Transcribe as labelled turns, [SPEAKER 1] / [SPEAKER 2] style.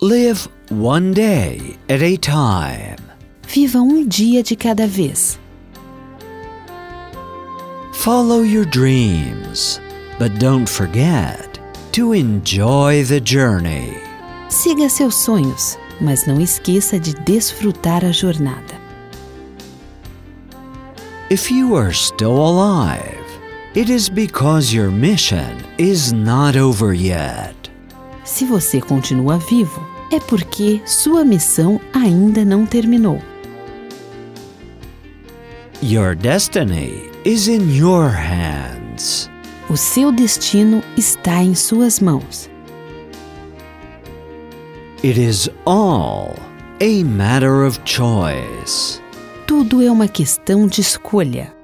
[SPEAKER 1] Live one day at a time.
[SPEAKER 2] Viva um dia de cada vez.
[SPEAKER 1] Follow your dreams, but don't forget to enjoy the journey.
[SPEAKER 2] Siga seus sonhos, mas não esqueça de desfrutar a jornada.
[SPEAKER 1] If you are still alive, it is because your mission is not over yet.
[SPEAKER 2] Se você continua vivo, é porque sua missão ainda não terminou.
[SPEAKER 1] Your destiny is in your hands.
[SPEAKER 2] O seu destino está em suas mãos.
[SPEAKER 1] It is all a matter of choice.
[SPEAKER 2] Tudo é uma questão de escolha.